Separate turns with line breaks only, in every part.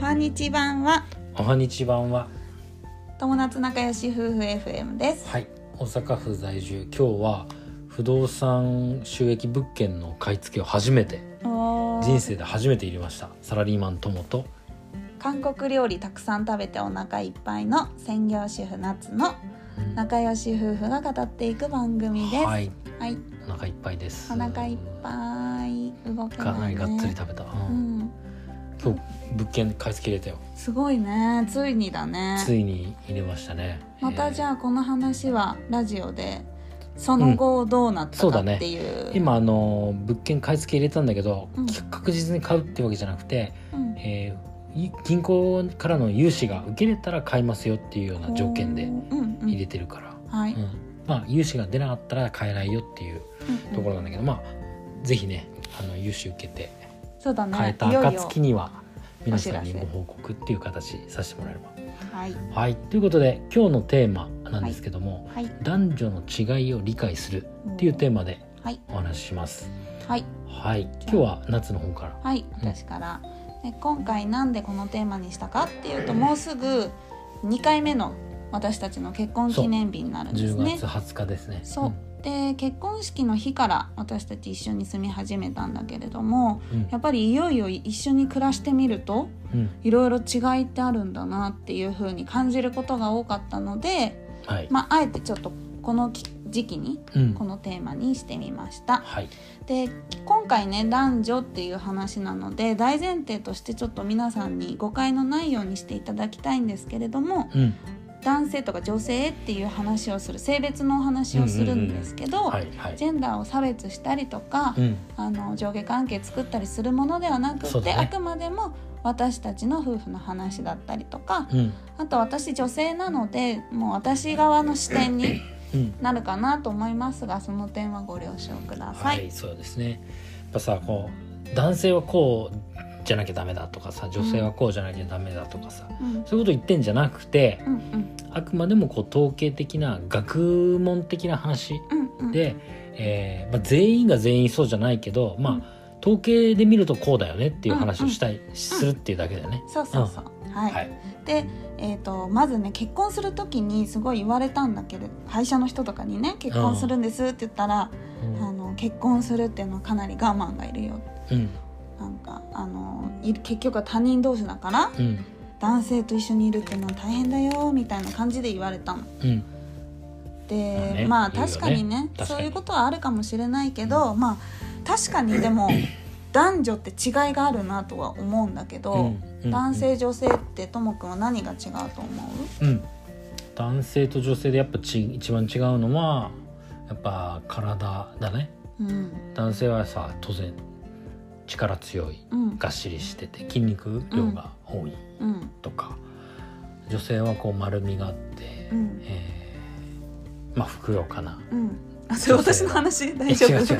はにち版は
おはにち版は
友達仲良し夫婦 FM です
はい大阪府在住今日は不動産収益物件の買い付けを初めて
おー
人生で初めて入れましたサラリーマン友と
韓国料理たくさん食べてお腹いっぱいの専業主婦夏の
うん
仲良し夫婦が語っていく番組ですは、
はいいお腹いっぱいです
お腹いっぱい動け
かな
ない、ね、
りがっつり食べた、うん
うん
今日物件買い付け入れたよ
すごいねついにだね
ついに入れましたね
またじ
あ、
ゃあこの話はラジオでその後どうなった
そう
か
だね
っていう,、
えー今あの物件買い付け入れたんだけど、
うん
確実に買うってわけじゃなくて、
うん
えーい銀行からの融資が受け入れたら買いますよっていうような条件で
うんうん
入れてるから、
はい、
うんまあ融資が出なかったら買えないよっていう
うん
ところなんだけど、まあぜひねあの融資受けて
そうだね
買えた
いよいよ
暁には皆さん
お
に
知らせ
ご報告っていう形させてもらえれば。
はい
はいということで今日のテーマなんですけども、
はい
男女の違いを理解するっていうテーマで
はい
お話しします。
はい
はい、今日は夏の方から。
はい私から、で今回なんでこのテーマにしたかっていうともうすぐ2回目の私たちの結婚記念日になるんです
10
ね
月20日ですね。
そう、で結婚式の日から私たち一緒に住み始めたんだけれども
うん。
やっぱりいよいよ一緒に暮らしてみると
うん。
いろいろ違いってあるんだなっていう風に感じることが多かったので、
うんはい。
まあ、あえてちょっとこのき時期に
うん
こ。のテーマにしてみました。
はい。
で今回ね男女っていう話なので大前提としてちょっと皆さんに誤解のないようにしていただきたいんですけれども
うん。
男性とか女性っていう話をする性別のお話をするんですけど、
はい。はい
ジ。ェンダーを差別したりとか、
うん。
あの上下関係作ったりするものではなく
そう
て、
だね
あくまでも私たちの夫婦の話だったりとか
うん。
あと私女性なのでもう私側の視点に
うん。
なるかなと思いますがその点はご了承くださ。
はいい。そうですね。やっぱさ、こう。男性はこう。じゃなきゃダメだとかさ、女性はこうじゃなきゃダメだとかさ。
うん
そういうこと言ってんじゃなくて。
うんうん
あくまでもこう統計的な学問的な話。
うんうん
で、えーまあ、全員が全員そうじゃないけど、まあ、統計で見るとこうだよねっていう話をしたい、するっていうだけだよね。
そうそうそう、はい、
はい
で、えー、とまずね結婚する時にすごい言われたんだけど会社の人とかにね「結婚するんです」って言ったら「
うん
あの結婚するっていうのはかなり我慢がいるよ」
うん
なんかあのい結局は他人同士だから
うん
男性と一緒にいるっていうのは大変だよみたいな感じで言われたの。
うん
で
まあね
まあ
言うよね
確かにね
確かに
そういうことはあるかもしれないけど、まあ確かにでも男女って違いがあるなとは思うんだけど、
うんうん
男性女性ってともくんは何が違うと思う
うん、男性と女性でやっぱち一番違うのはやっぱ体だね
うん
男性はさ当然力強い
うん
がっしりしてて筋肉量が多い
うん
とか、女性はこう丸みがあって、
うん
えーまあふくよかな。
うんあそれ
女性は
私の話
え
大
違
丈夫
う違 う違う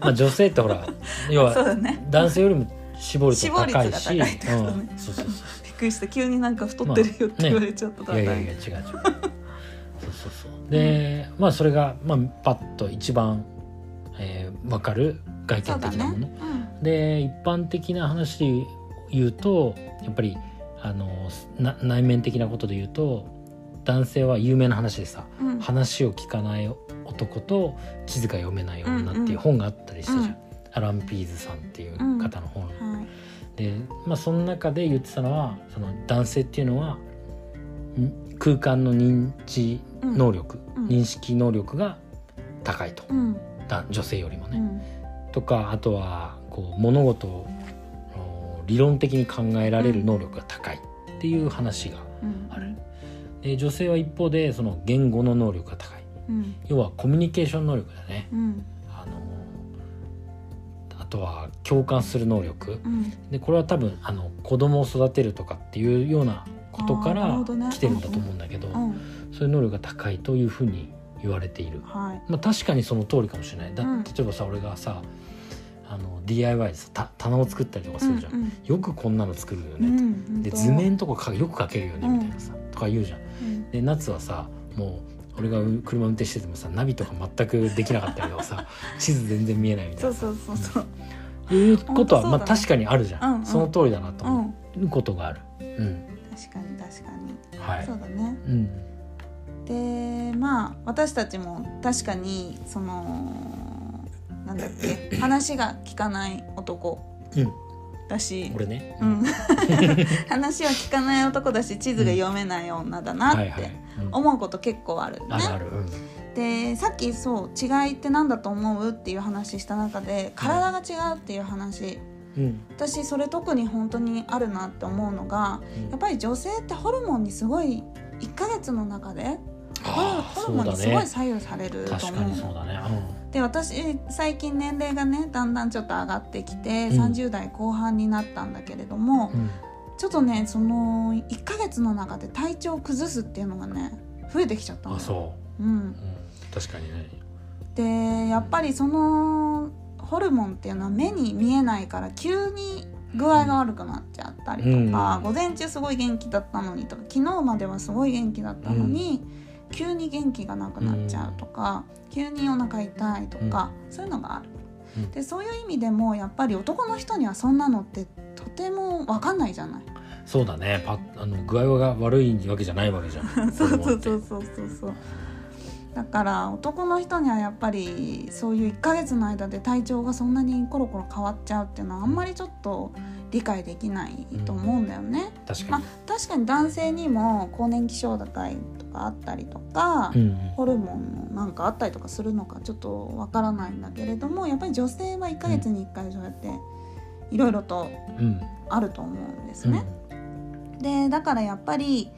まあ女性ってほら要
そう
は
だね
男性よりも絞ると高
絞
いし
り率が高いってことね
うん、そうそうそう
びっくりした急になんか太ってるよって言われちゃった、
いやいやいや違う違うそうそうそうで、まあそれが、まあ、パッと一番、えー、分かる外
そう
見
だ
的
ね
なもの、で一般的な話で言うとやっぱりあのな内面的なことで言うと男性は有名な話でさ
うんうん
話を聞かない男と地図が読めない女っていう本があったりしたじゃん、
うん
アラン・ピーズさんっていう方の本、
はい
で、まあ、その中で言ってたのはその男性っていうのはん空間の認知能力、
うんうん
認識能力が高いと、
うん
だ女性よりも
う
ね。
ん
とかあとはこう物事をお理論的に考えられる能力が高いっていう話が
うん
ある。で女性は一方でその言語の能力が高い
うん
要はコミュニケーション能力だね。
うん
あのあとは共感する能力、
うん
でこれは多分あの子供を育てるとかっていうようなことか
あーなる
ら
ほどね
来てるんだと思うんだけど、
うん
そういう能力が高いというふうに言われている、
はい
まあ、確かにその通りかもしれないだ
うん
例えばさ俺がさあの DIY でさた棚を作ったりとかするじゃん、
うん
よくこんなの作るよ
うん
ね、
うん
で
本当
図面とかかよく描けるよね
うん
みたいなさ、とか言うじゃん
うん
で夏はさもう俺がう車運転しててもさナビとか全くできなかったりとかさ地図全然見えないみたい
そ
な
うそうそうそう
いうこと
本当そう
は、
だね
まあ確かにあるじゃん、
うんうん
その通りだなと
う
思
ん
ることがある。うん、
確かに確かに、
はい
そうだね
うん
でまあ私たちも確かにそのなんだっけ話が聞かない男
うん、
だし、
俺ね、
う、ん、 話は聞かない男だし地図が読めない女だな
はい
っ
はい
て、
うん
思うこと結構あるよね。
あるある、うん
でさっきそう違いって何だと思うっていう話した中で体が違うっていう話
うん
私それ特に本当にあるなって思うのが
うん
やっぱり女性ってホルモンにすごい1ヶ月の中でホル
あー
ホルモンに
そう
す
だ
ごい
ね
左右されると
確か
思う
にそう
の。
だね、
で私最近年齢がねだんだんちょっと上がってきて
うん
30代後半になったんだけれども、
うんうん、
ちょっとねその1ヶ月の中で体調を崩すっていうのがね増えてきちゃったの
あそ
うん
う、う、ん、確かにね
でやっぱりそのホルモンっていうのは目に見えないから急に具合が悪くなっちゃったりとか、
うん
午前中すごい元気だったのにとか昨日まではすごい元気だったのに、急に元気がなくなっちゃうとか、急にお腹痛いとか、そういうのがある。
うん
でそういう意味でもやっぱり男の人にはそんなのってとても分かんないじゃない。
そうだねパッあの具合が悪いわけじゃないわけじゃん
そう
ホルモ
そ
ンっ
う
て
そうそうそうそうだから男の人にはやっぱりそういう1ヶ月の間で体調がそんなにコロコロ変わっちゃうっていうのはあんまりちょっと理解できないと思うんだよね、
確
ま
か
あ確かに男性にも更年期障害とかあったりとか、
に、うんうん
ホルモンのなんかあったりとかするのかちょっとわからないんだけれどもやっぱり女性は1ヶ月に1回そうやっていろいろと
うん
あると思うんですね。でだからやっぱり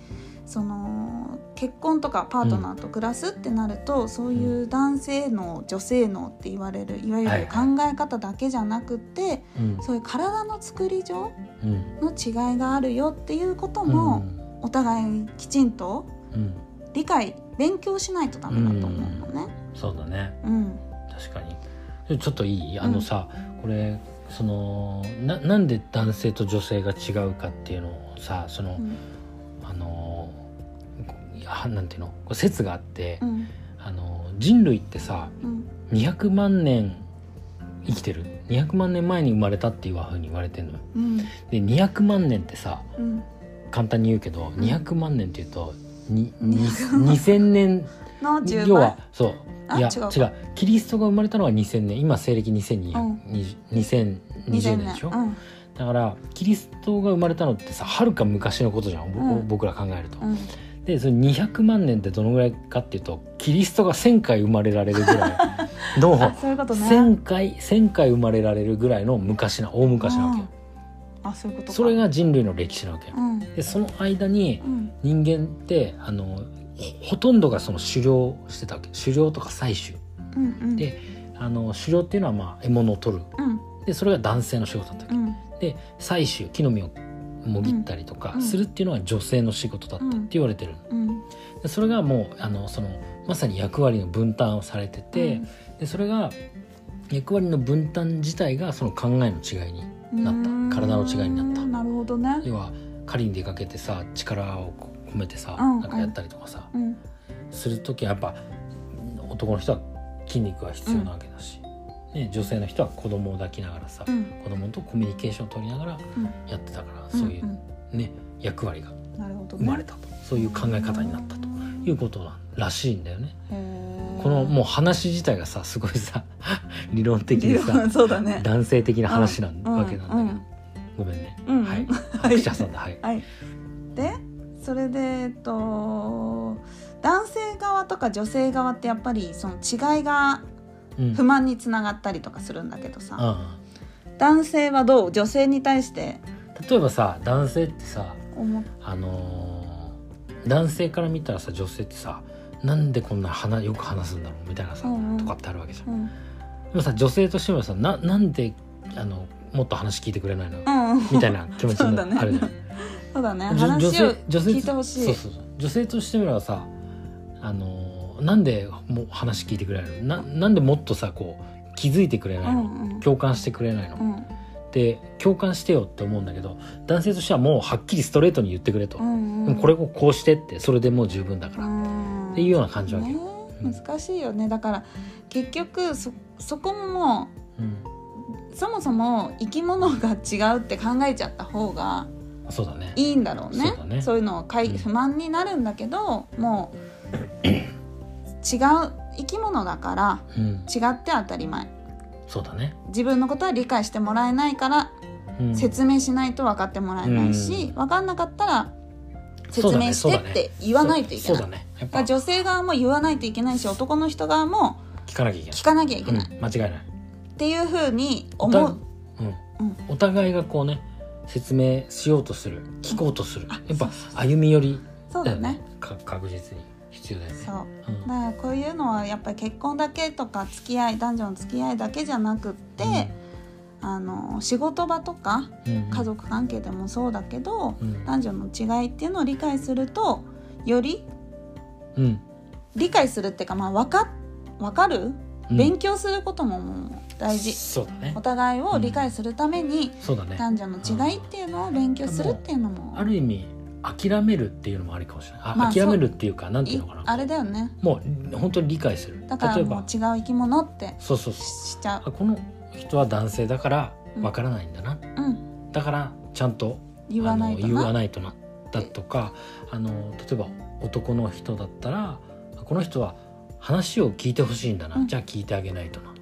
その結婚とかパートナーと暮らすってなると、そういう男性の女性のって言われるいわゆ
はい
る考
は
え方だけじゃなくて、
うん
そういう体の作り上
うんう
の
ん
違いがあるよっていうことも、お互いきちんと
うんうん、
理解勉強しないとダメだと思うのね。
そうだね
うん、
確かにでちょっといいあ
うん
のさ、これそのななんで男性と女性が違うかっていうのをさそ
う
の、
ん
あのこいやなんていうのこう説があって、
うん
あの人類ってさ
うん
200万年生きてる200万年前に生まれたっていうふうに言われてるのよ
うん
で200万年ってさ
うん
簡単に言うけど200万年っていうと にに
200万
2000年
の10倍
要はそう
あ
いや
違うか
違うキリストが生まれたのは2000年今西暦
うん
2220 2020年でしょ、
うん
だからキリストが生まれたのってさはるか昔のことじゃん、ぼ
うん
僕ら考えると、
うん、
でその200万年ってどのぐらいかっていうとキリストが1,000回生まれられるぐら いの
あそういうことね。
1,000回1,000回生まれられるぐらいの昔な大昔なわけよ、
うんあそういうことか
それが人類の歴史なわけよ、
うん
でその間に
うん
人間ってあのほほとんどがその狩猟してたわけ狩猟とか採取
うんうん
であの狩猟っていうのは、まあ、獲物を取る
うん
でそれが男性の仕事だったわ
う
け、
ん
で採取木の実をもぎったりとか
うん
するっていうのが女性の仕事だったって言われてる、
うん
でそれがもうあのそのまさに役割の分担をされてて、でそれが役割の分担自体がその考えの違いに
うん
なった
うん
体の違いになった
なるほどね
要は狩りに出かけてさ力をこう込めてさ、
うん
なんかやったりとかさ、
うん
する時はやっぱ男の人は筋肉が必要なわけだし、ね、女性の人は子供を抱きながらさ、
うん
子供とコミュニケーションを取りながら
うん
やってたから、そうい
ん
う、ね、役割が
うんなるほど
生
ね
まれたとそういう考え方になったということなんらしいんだよね。
へー
このもう話自体がさすごいさ 理論的で
理
さ
論 そうだね
男性的な話な
うん
わけなんだけど、ごめんね、
うん
はい
い
拍手挟んだはい、
はいでそれでえっと男性側とか女性側ってやっぱりその違いが
うん、
不満につながったりとかするんだけどさ、
あ
男性はどう女性に対して
あ例えばさ男性ってさ
思っ
あのー男性から見たらさ女性ってさなんでこんな話よく話すんだろうみたいなさ、
うんうん
とかってあるわけじゃん。
う
で
ん
もさ女性としてもさななんであのもっと話聞いてくれ ないの、
うん
みたいな気持ちに
そうだね
なあるじゃん。
そうだね
女
話を聞いてほしい
そうそうそう女性としてみればさあのーなんでもう話聞いてくれないのななんでもっとさこう気づいてくれないの、
うん
共感してくれないの、
うんうん
で共感してよって思うんだけど男性としてはもうはっきりストレートに言ってくれと、
うんう
で
ん
もこれをこうしてってそれでもう十分だから、
うん
っていうような感じわけよ。
ね難しいよねだから結局そそこもも
うん
うそもそも生き物が違うって考えちゃった方が
そうだね
いいんだろうね
そうだね
いうのをかい
うん
不満になるんだけどもう違う生き物だから
うん
違って当たり前
そうだね
自分のことは理解してもらえないから
うん
説明しないと分かってもらえないし、分かんなかったら
そ
説明
うだね
してって言わないといけ
そう
ない。
だねやっ
だか
ぱ
ら女性側も言わないといけないし男の人側も
聞かなきゃいけない
聞かなきゃいけない、
うん、間違い
っ
ない
ていうふうに
お
思、
互いううん
うん
お互いがこうね説明しようとする聞こうとする
あ
やっぱ歩み寄り
そう
だ
だ
よ
よ
ね
ね
か確実に必要だよね
そう
うん
だからこういうのはやっぱり結婚だけとか付き合い男女の付き合いだけじゃなくって、あの仕事場とか
うん
家族関係でもそうだけど、
うん
男女の違いっていうのを理解するとより
うん
理解するっていうか、まあ、分か分かる、
うん
勉強することももう大事
そうだね
お互いを理解するために、
そうだね
男女の違いっていうのを勉強するっていうのも
ある意味諦めるっていうのもありかもしれないあ、
まあ
諦めるっていうかなんてい
いう
のかな
あれだよね
もう本当に理解する
だから
例え
もう
ば
違う生き物って
そうそうそ
し
う
しちゃ
あこの人は男性だから
うん
わからないんだな、
う、うん、
だからちゃんと
言わない
あ
と
の言わ
な
ないとなだとかあの例えば男の人だったらこの人は話を聞いてほしいんだな、
うん
じゃあ聞いてあげないとなっ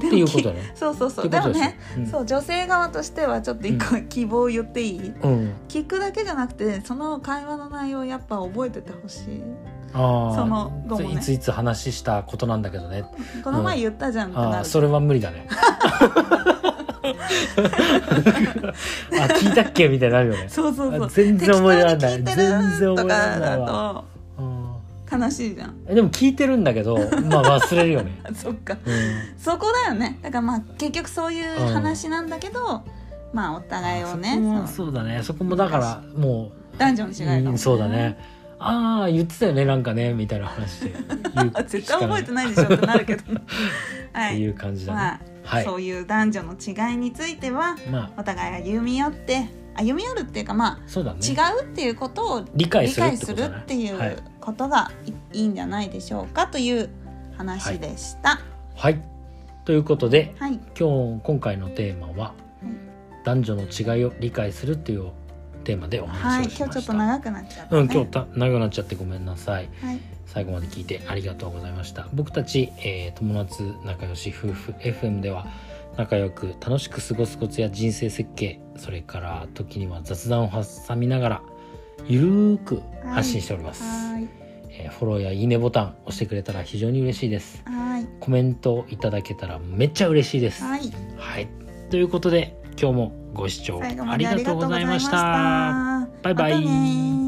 でも
ていうことだ ね。
そうそうそう
って
で
こ
も
とすよ
ね、そう女性側としてはちょっと一個希望を言っていい、
うん、うん、
聞くだけじゃなくてその会話の内容をやっぱ覚えててほしい
あ
その
あ、
後もね
いついつ話したことなんだけどね
この前言ったじゃんって
あ
な
あ
る、
それは無理 だね あ聞いたっけみたいになるよね
そうそうそう
あ全然覚えられない
適当に聞いてるとか
全然覚えられない
だ
うん
と悲しいじゃん
えでも聞いてるんだけどまあ忘れるよね、
あそっか
うん
そこだよねだからまあ結局そういう話なんだけど、まあお互いをね
そこも
そう
そうだねそこもだからも
男女の違
う、
いだもん
うんそうだねああ言ってたよねなんかねみたいな話で言う
絶対覚えてないでしょってなるけどね
っ
は
て
い
いう感じだね、
まあ、
はい
そういう男女の違いについては
まあ
お互い歩み寄って歩み寄るっていうかまあ
そうだね
違うっていうことを
理解
理
するっ
解す
てことだ
る
ね
ってい、
はいう
ことがいいいんじゃないでしょうかという話でした。
はい、ということで
はい、
今日今回のテーマは男女の違いを理解するっていうテーマでお
はい、
話をし
今日
ま
ちょっ
し
と
た。
長くなっちゃった、ね。
うん、今日た長くなっちゃってごめんなさい。
はい、
最後まで聞いてありがとうございました。僕たち、えー友達仲良し夫婦 FM では仲良く楽しく過ごすコツや人生設計、それから時には雑談を挟みながらゆるーく発信しております、
はい、
えーフォローやいいねボタン押してくれたら非常に嬉しいです。
はい、
コメントいただけたらめっちゃ嬉しいです。
はい、
はい。ということで、今日もご視聴
最後
あ
ま
り
であ
が
りが
と
と
う
うご
ござ
ざ
い
い
ま
ま
し。
したた。
バイバイ
またねー